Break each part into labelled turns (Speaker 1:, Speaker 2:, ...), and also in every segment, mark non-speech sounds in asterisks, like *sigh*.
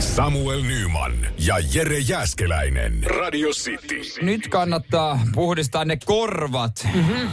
Speaker 1: Samuel Nyman ja Jere Jäskeläinen. Radio City.
Speaker 2: Nyt kannattaa puhdistaa ne korvat. Mm-hmm.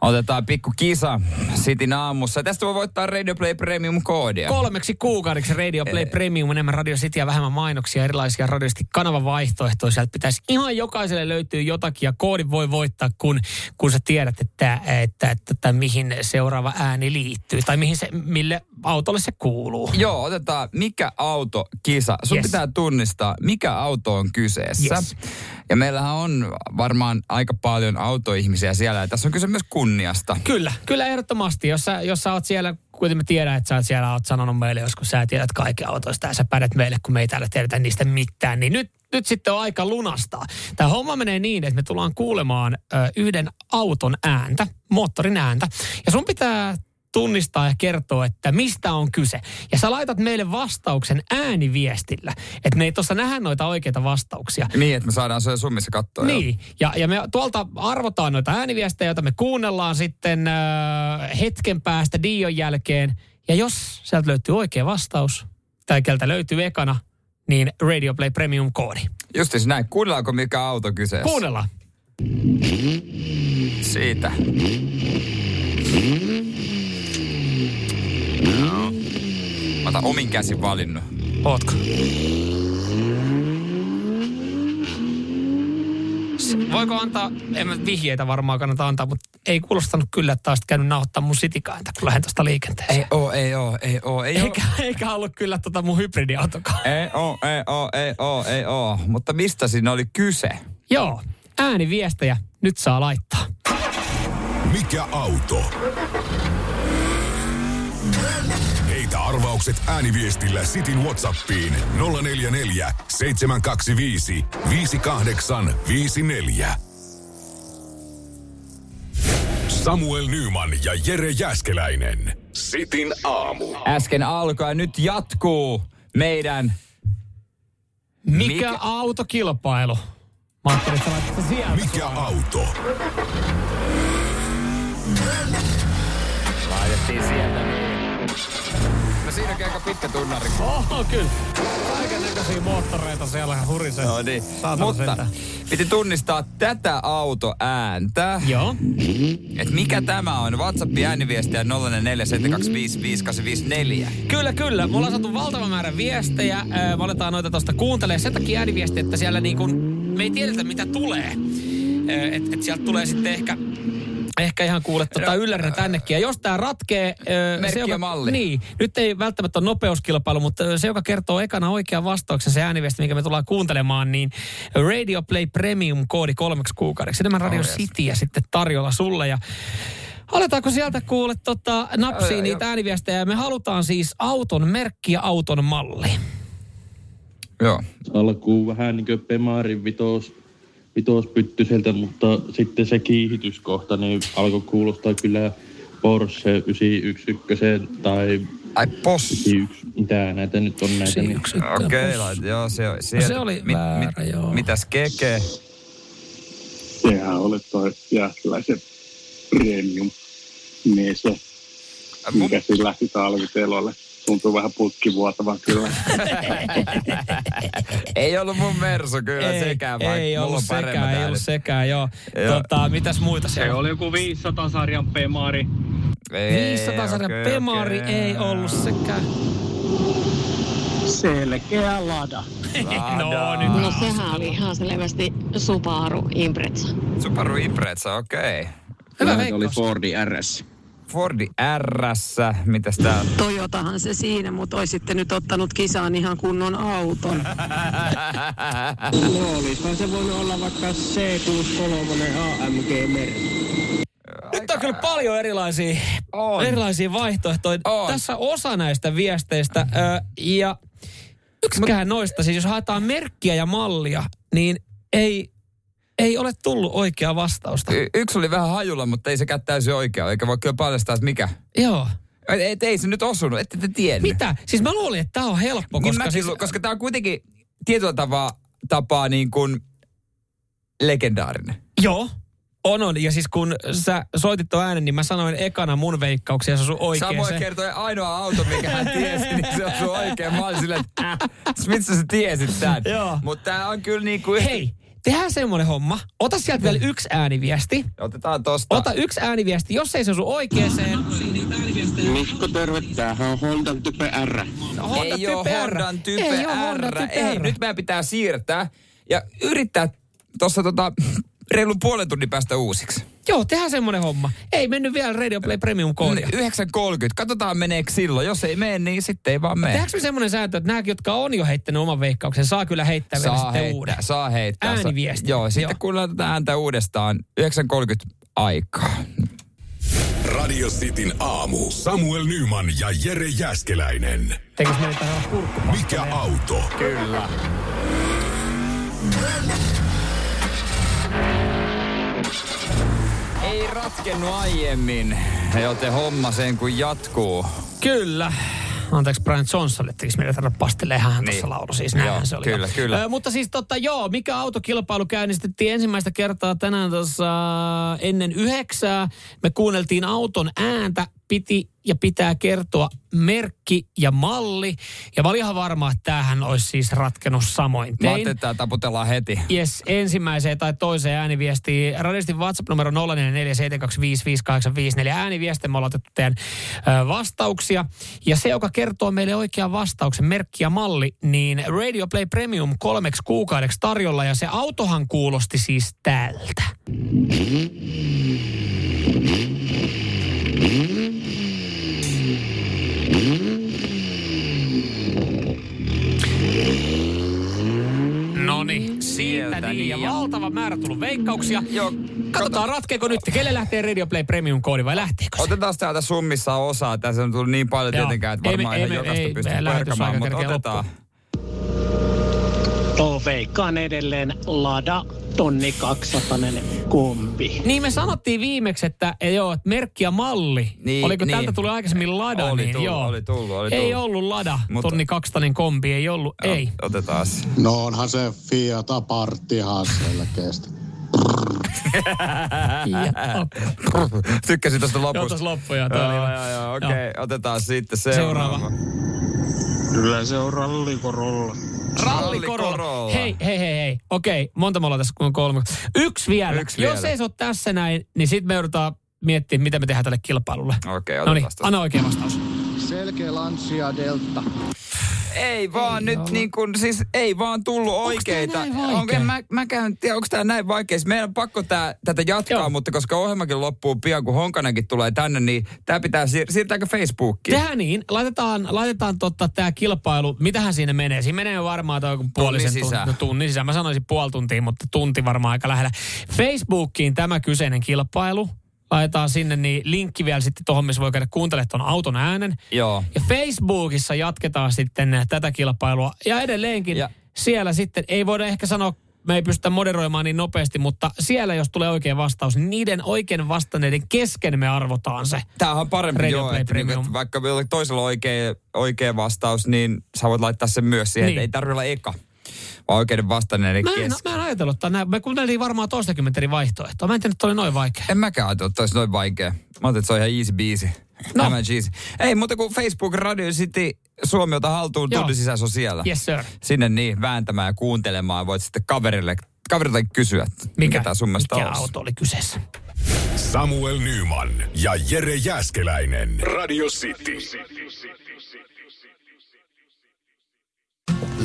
Speaker 2: Otetaan pikku kisa Sitin aamussa. Tästä voi voittaa Radio Play Premium-koodia.
Speaker 3: Kolmeksi kuukaudeksi Radio Play Premium, enemmän Radio City ja vähemmän mainoksia, erilaisia Radio City kanavavaihtoehtoja. Sieltä pitäisi ihan jokaiselle löytyä jotakin ja koodin voi voittaa, kun, kun sä tiedät, että, että, että, että, että mihin seuraava ääni liittyy tai mihin se, mille autolle se kuuluu.
Speaker 2: Joo, otetaan mikä auto kisa. Sun
Speaker 3: Yes.
Speaker 2: yes. pitää tunnistaa, mikä auto on kyseessä.
Speaker 3: Yes.
Speaker 2: Yes. Ja meillähän on varmaan aika paljon autoihmisiä siellä. Ja tässä on kyse myös kunniasta.
Speaker 3: Kyllä, kyllä ehdottomasti. Jos sä, jos sä oot siellä, kuten mä tiedän, että sä oot siellä, oot sanonut meille joskus, sä tiedät kaiken autoista ja sä pädet meille, kun me ei täällä tiedetä niistä mitään, niin nyt, nyt sitten on aika lunastaa. Tämä homma menee niin, että me tullaan kuulemaan ö, yhden auton ääntä, moottorin ääntä, ja sun pitää tunnistaa ja kertoa, että mistä on kyse. Ja sä laitat meille vastauksen ääniviestillä, että me ei tuossa nähdä noita oikeita vastauksia.
Speaker 2: Niin, että me saadaan se summissa katsoa. jo.
Speaker 3: Niin, ja, ja me tuolta arvotaan noita ääniviestejä, joita me kuunnellaan sitten äh, hetken päästä Dion jälkeen. Ja jos sieltä löytyy oikea vastaus, tai keltä löytyy ekana, niin Radio Play Premium-koodi.
Speaker 2: Justiin näin. Kuunnellaanko mikä auto kyseessä?
Speaker 3: Kuunnellaan.
Speaker 2: Siitä. No. Mä otan omin käsin valinnut.
Speaker 3: Ootko? S- Voiko antaa, en mä vihjeitä varmaan kannata antaa, mutta ei kuulostanut kyllä, että olisit käynyt nauhoittaa mun sitikainta, kun lähden tuosta liikenteeseen.
Speaker 2: Ei oo, ei oo, ei oo, ei oo.
Speaker 3: Eikä, eikä ollut kyllä tota mun hybridiautokaan.
Speaker 2: Ei oo, ei oo, ei oo, ei oo. Mutta mistä siinä oli kyse?
Speaker 3: Joo, ääniviestejä nyt saa laittaa.
Speaker 1: Mikä auto? Heitä arvaukset ääniviestillä Sitin Whatsappiin 044 725 5854. Samuel Nyman ja Jere Jäskeläinen. Sitin aamu.
Speaker 2: Äsken alkoi ja nyt jatkuu meidän...
Speaker 3: Mikä,
Speaker 2: Mikä-
Speaker 3: autokilpailu? Mä ajattelin, että laitat sen sieltä.
Speaker 1: Mikä auto?
Speaker 2: Laitettiin sieltä No siinäkin aika pitkä tunnari.
Speaker 3: Oho, kyllä. Kaiken näköisiä moottoreita siellä hurisee.
Speaker 2: No niin.
Speaker 3: Saatana
Speaker 2: Mutta
Speaker 3: sentään.
Speaker 2: piti tunnistaa tätä autoääntä.
Speaker 3: Joo.
Speaker 2: Et mikä tämä on? WhatsAppin ääniviestiä 0447255854.
Speaker 3: Kyllä, kyllä. Mulla on saatu valtava määrä viestejä. Ö, Me aletaan noita tuosta kuuntelee. Sen takia ääniviesti, että siellä niin kun, me ei tiedetä mitä tulee. Että et sieltä tulee sitten ehkä Ehkä ihan kuule tota yllärinä tännekin. Ja jos tämä ratkee... ö,
Speaker 2: Merkki ja malli.
Speaker 3: Niin. Nyt ei välttämättä ole nopeuskilpailu, mutta ö, se, joka kertoo ekana oikean vastauksen, se ääniviesti, mikä me tullaan kuuntelemaan, niin Radio Play Premium-koodi kolmeksi kuukaudeksi. Enemmän Radio
Speaker 2: Oh, yes.
Speaker 3: Cityä sitten tarjolla sulle. Ja Aletaanko sieltä kuule tota, napsiin
Speaker 2: Joo, joo,
Speaker 3: niitä ääniviestejä? Me halutaan siis auton merkki ja auton malli.
Speaker 2: Joo.
Speaker 4: alkuun vähän niin kuin Pemarin vitos, vitospyttyseltä, mutta sitten se kiihityskohta niin alkoi kuulostaa kyllä Porsche 911 tai
Speaker 2: Ai pos.
Speaker 4: 91, mitä näitä nyt on näitä. Niin.
Speaker 2: Okei, no, okay, joo, se, on- sieltä,
Speaker 3: No se oli väärä, joo.
Speaker 2: Mitäs keke?
Speaker 5: Sehän oli toi jääskeläisen premium mies, ja
Speaker 2: Mun,
Speaker 5: mikä siinä lähti talvitelolle. Tuntuu vähän putkivuotavan kyllä.
Speaker 2: *laughs* ei ollut mun mersu kyllä
Speaker 3: ei,
Speaker 2: sekään, vaikka
Speaker 3: ei
Speaker 2: mulla
Speaker 3: ollut
Speaker 2: on paremmat
Speaker 3: sekään, ei ollut
Speaker 2: äänet.
Speaker 3: sekään, joo.
Speaker 2: Joo.
Speaker 3: Tota, mitäs muita se oli?
Speaker 4: joku 500-sarjan Pemari.
Speaker 2: Ei,
Speaker 3: 500 sarjan
Speaker 2: okei,
Speaker 3: Pemari
Speaker 2: okei.
Speaker 3: ei ollut sekään.
Speaker 5: Selkeä lada.
Speaker 3: no
Speaker 2: Saadaan.
Speaker 3: nyt.
Speaker 6: No sehän oli ihan selvästi Subaru Impreza.
Speaker 2: Subaru Impreza, okei. Okay.
Speaker 3: Hyvä
Speaker 7: Se oli
Speaker 3: veikkaus.
Speaker 7: Fordi RS.
Speaker 2: Fordi RS, mitäs tää on?
Speaker 8: Toyotahan se siinä, mutta olisitte nyt ottanut kisaan ihan kunnon auton.
Speaker 7: No, olisihan se voinut olla vaikka C63 AMG-merkki.
Speaker 3: Nyt on kyllä paljon erilaisia,
Speaker 2: On.
Speaker 3: erilaisia vaihtoehtoja.
Speaker 2: On.
Speaker 3: Tässä osa näistä viesteistä ö, ja yksikään noista, siis jos haetaan merkkiä ja mallia, niin ei Ei ole tullut oikeaa vastausta.
Speaker 2: Y- yksi oli vähän hajulla, mutta ei sekään täysin oikea, eikä voi kyllä paljastaa, että mikä.
Speaker 3: Joo.
Speaker 2: Et, et, ei se nyt osunut, ette te tiennyt.
Speaker 3: Mitä? Siis mä luulin, että tämä on helppo,
Speaker 2: Niin
Speaker 3: koska,
Speaker 2: mäkin,
Speaker 3: siis,
Speaker 2: lu- koska tämä on kuitenkin tietyllä tapaa, tapaa niin kuin legendaarinen.
Speaker 3: Joo. On, on. Ja siis kun sä soitit tuon äänen, niin mä sanoin ekana mun veikkauksia, ja se osui oikein
Speaker 2: Samoin
Speaker 3: se.
Speaker 2: kertoi ainoa auto, mikä hän tiesi, niin se on sun oikein. Mä olin silleen, että äh, mistä sä tiesit tämän?
Speaker 3: Joo.
Speaker 2: Mutta tää on kyllä niin kuin...
Speaker 3: Hei, tehdään semmoinen homma. Ota sieltä
Speaker 2: Mm.
Speaker 3: vielä yksi ääniviesti.
Speaker 2: Otetaan tosta.
Speaker 3: Ota yksi ääniviesti, jos ei se osu oikeeseen.
Speaker 7: Mikko, terve. Tämähän on Honda Type R.
Speaker 3: No, Honda
Speaker 2: ei
Speaker 3: Type
Speaker 2: oo
Speaker 3: R.
Speaker 2: Hondan type
Speaker 3: Ei
Speaker 2: R.
Speaker 3: oo Honda Type
Speaker 2: Ei,
Speaker 3: R.
Speaker 2: nyt meidän pitää siirtää ja yrittää tuossa tota, reilun puolen tunnin päästä uusiksi.
Speaker 3: Joo, tehdään semmoinen homma. Ei mennyt vielä Radio Play Premium-koodia.
Speaker 2: 9.30. Katsotaan meneekö silloin. Jos ei mene, niin sitten ei vaan mene.
Speaker 3: Tehdäänkö me semmoinen sääntö, että nämä, jotka on jo heittänyt oman veikkauksen, saa kyllä heittää vielä
Speaker 2: Saa
Speaker 3: sitten uuden?
Speaker 2: heittää, saa heittää. Sa-
Speaker 3: Ääniviesti.
Speaker 2: Joo, sitten
Speaker 3: Joo.
Speaker 2: kuunnellaan tätä ääntä uudestaan. 9.30 aikaa.
Speaker 1: Radio Cityn aamu. Samuel Nyman ja Jere Jäskeläinen.
Speaker 3: Tekisikö meidän tähän kurkku?
Speaker 1: Mikä auto?
Speaker 2: Ei ratkennut aiemmin, joten homma sen kun jatkuu.
Speaker 3: Kyllä. Anteeksi Brian Johnsonille, tekisi meidän tarvitse pastelee hän tuossa
Speaker 2: Niin.
Speaker 3: laulu, siis näinhän
Speaker 2: Joo,
Speaker 3: se oli.
Speaker 2: kyllä, kyllä.
Speaker 3: Ö, mutta siis totta joo, mikä autokilpailu käynnistettiin ensimmäistä kertaa tänään tuossa äh, ennen yhdeksää. Me kuunneltiin auton ääntä, piti ja pitää kertoa merkki ja malli. Ja mä olin ihan varma, että tämähän olisi siis ratkenut samoin.
Speaker 2: Mä
Speaker 3: Tein
Speaker 2: ajattelin, että tää taputellaan heti.
Speaker 3: Niin. Yes, ensimmäiseen tai toiseen ääniviestiin. Radistin WhatsApp-numero 0447255854. Ääniviestin me ollaan otettu teidän ö, vastauksia. Ja se, joka kertoo meille oikean vastauksen, merkki ja malli, niin Radio Play Premium kolmeksi kuukaudeksi tarjolla. Ja se autohan kuulosti siis tältä. No niin, siitä
Speaker 2: Sieltä
Speaker 3: niin. Ja
Speaker 2: niin.
Speaker 3: valtava määrä tullut veikkauksia.
Speaker 2: Joo,
Speaker 3: Katsotaan, ratkeeko nyt. Kelle lähtee Radio Play Premium-koodi vai lähteekö se?
Speaker 2: Otetaan täältä summissa osaa. Tässä on tullut niin paljon
Speaker 3: Joo.
Speaker 2: tietenkään, että
Speaker 3: Ei me-
Speaker 2: varmaan
Speaker 3: ei
Speaker 2: ihan
Speaker 3: me-
Speaker 2: jokaista
Speaker 3: ei
Speaker 2: pystyy
Speaker 3: me lähetysaika
Speaker 2: perkamaan, mutta
Speaker 3: kerkeä
Speaker 2: otetaan.
Speaker 7: Tuo veikkaan edelleen Lada tonni 200 kumpi.
Speaker 3: Niin me sanottiin viimeksi, että ei joo, että merkki ja malli.
Speaker 2: Niin,
Speaker 3: Oliko
Speaker 2: niin.
Speaker 3: tältä tuli aikaisemmin Lada?
Speaker 2: Oli
Speaker 3: niin,
Speaker 2: tullut,
Speaker 3: joo.
Speaker 2: oli tullut, oli
Speaker 3: Ei
Speaker 2: tullut.
Speaker 3: ollut Lada,
Speaker 2: Mutta-
Speaker 3: Mutta... tonni kakstainen kombi, ei ollut, ei.
Speaker 2: Otetaan.
Speaker 9: No onhan se Fiat Apartti ihan selkeästi.
Speaker 2: *laughs* Tykkäsin tuosta
Speaker 3: Joo,
Speaker 2: lopusta.
Speaker 3: tässä loppuja.
Speaker 2: Joo, joo, joo, okei. Otetaan sitten seuraava.
Speaker 3: Seuraava.
Speaker 5: Kyllä se on rallikorolla.
Speaker 2: Ralli
Speaker 3: Rallikorolla.
Speaker 2: Corolla.
Speaker 3: Hei, hei, hei, hei. Okei, monta me ollaan tässä, kun on kolme. Yksi vielä.
Speaker 2: Yksi
Speaker 3: Jos
Speaker 2: vielä.
Speaker 3: ei se ole tässä näin, niin sitten me joudutaan miettimään, mitä me tehdään tälle kilpailulle.
Speaker 2: Okei,
Speaker 3: No
Speaker 2: otetaan
Speaker 3: niin,
Speaker 2: tästä.
Speaker 3: anna oikea vastaus.
Speaker 9: Selkeä Lancia Delta.
Speaker 2: Ei vaan nyt niin kuin, siis ei vaan tullut oikeita.
Speaker 3: näin vaikea?
Speaker 2: Onko mä, mä käyn, tiedä, onko tää näin vaikea. Siis Meidän on pakko tää, tätä jatkaa,
Speaker 3: Joo.
Speaker 2: mutta koska ohjelmakin loppuu pian, kun Honkanenkin tulee tänne, niin tää pitää siir- siirtääkö Facebookiin?
Speaker 3: Tehdään niin, laitetaan, laitetaan totta tämä kilpailu. Mitähän siinä menee? Siinä menee jo varmaan toi joku puolisen tunnin
Speaker 2: sisään.
Speaker 3: sisään. tunnin sisään. Mä sanoisin puoli tuntia, mutta tunti varmaan aika lähellä. Facebookiin tämä kyseinen kilpailu. Laitetaan sinne niin linkki vielä sitten tuohon, missä voi käydä kuuntelemaan tuon auton äänen.
Speaker 2: Joo.
Speaker 3: Ja Facebookissa jatketaan sitten tätä kilpailua. Ja edelleenkin
Speaker 2: Ja-
Speaker 3: ja. siellä sitten, ei voida ehkä sanoa, me ei pystytä moderoimaan niin nopeasti, mutta siellä jos tulee oikea vastaus, niin niiden oikein vastanneiden kesken me arvotaan se.
Speaker 2: Tämähän on parempi,
Speaker 3: Radio
Speaker 2: joo,
Speaker 3: Play
Speaker 2: että, niinku,
Speaker 3: Premium.
Speaker 2: että vaikka jollain toisella on oikea, oikea vastaus, niin sä voit laittaa sen myös siihen, niin.
Speaker 3: Niin.
Speaker 2: ei tarvitse olla eka, vaan oikeiden vastanneiden
Speaker 3: Mä en,
Speaker 2: kesken.
Speaker 3: mä en ajatellut, että nää, me kuunneltiin varmaan toistakymmentä eri vaihtoehtoa. Mä en tiedä, että oli noin vaikea.
Speaker 2: En mäkään ajatellut, että olisi noin vaikea. Mä ajattelin, että se on ihan easy biisi.
Speaker 3: No.
Speaker 2: No. Easy. Ei, mutta kun Facebook Radio City Suomi ota haltuun,
Speaker 3: Joo.
Speaker 2: tunnin sisässä on siellä.
Speaker 3: Yes, sir.
Speaker 2: Sinne niin, vääntämään ja kuuntelemaan. Voit sitten kaverille, kaverilta kysyä, että mikä tämä sun mielestä
Speaker 3: mikä
Speaker 2: on.
Speaker 3: auto oli kyseessä?
Speaker 1: Samuel Nyman ja Jere Jäskeläinen. Radio City.